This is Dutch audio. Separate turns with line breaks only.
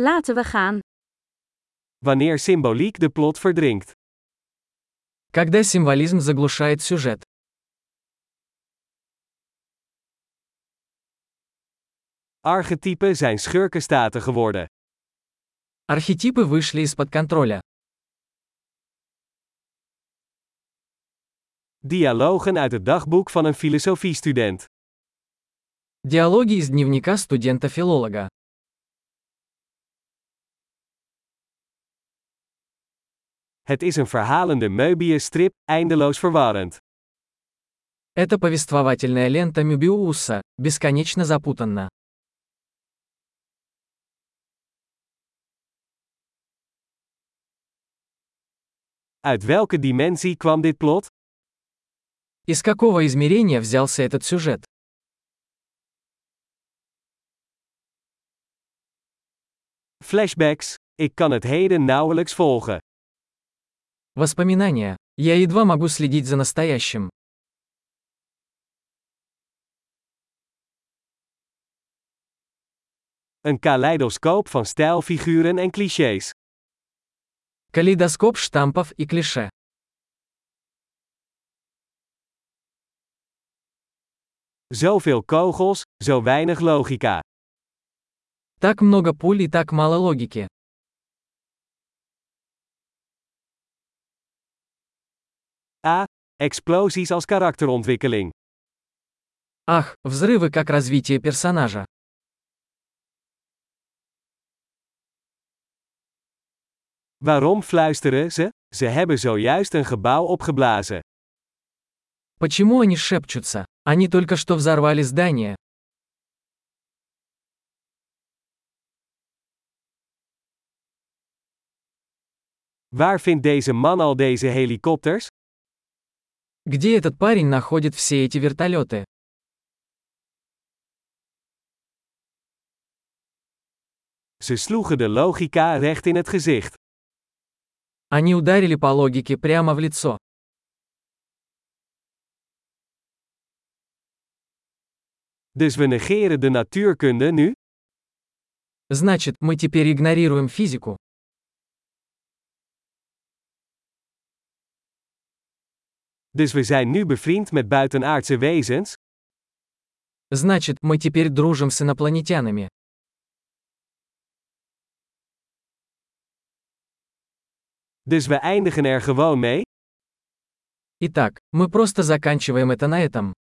Laten we gaan.
Wanneer symboliek de plot verdrinkt.
Когда символизм заглушает сюжет.
Archetypen zijn schurkenstaten geworden.
Архетипы вышли из-под контроля.
Dialogen uit het dagboek van een filosofiestudent.
Диалоги из дневника студента-филолога.
Het is een verhalende Möbius-strip, eindeloos verwarrend.
Это повествовательная лента Мюбиуса, бесконечно запутанна.
Uit welke dimensie kwam dit plot?
Из какого измерения взялся этот сюжет?
Flashbacks, ik kan het heden nauwelijks volgen.
Воспоминания. Я едва могу следить за настоящим.
Een kaleidoscoop van stijlfiguren en clichés.
Калейдоскоп штампов и клише.
Zoveel kogels, zo weinig logica.
Так много пуль и так мало логики.
A. Explosies als karakterontwikkeling.
Ах, взрывы как развитие персонажа.
Waarom fluisteren ze? Ze hebben zojuist een gebouw opgeblazen.
Почему они шепчутся? Они только что взорвали здание.
Waar vindt deze man al deze helikopters?
Где этот парень находит все эти вертолеты?
Ze sloegen de logica recht in het gezicht.
Они ударили по логике прямо в лицо.
Dus we negeren de natuurkunde nu?
Значит, мы теперь игнорируем физику.
Dus we zijn nu bevriend met buitenaardse wezens?
Значит, мы теперь дружим с инопланетянами.
Dus we eindigen er gewoon mee?
Итак, мы просто заканчиваем это на этом.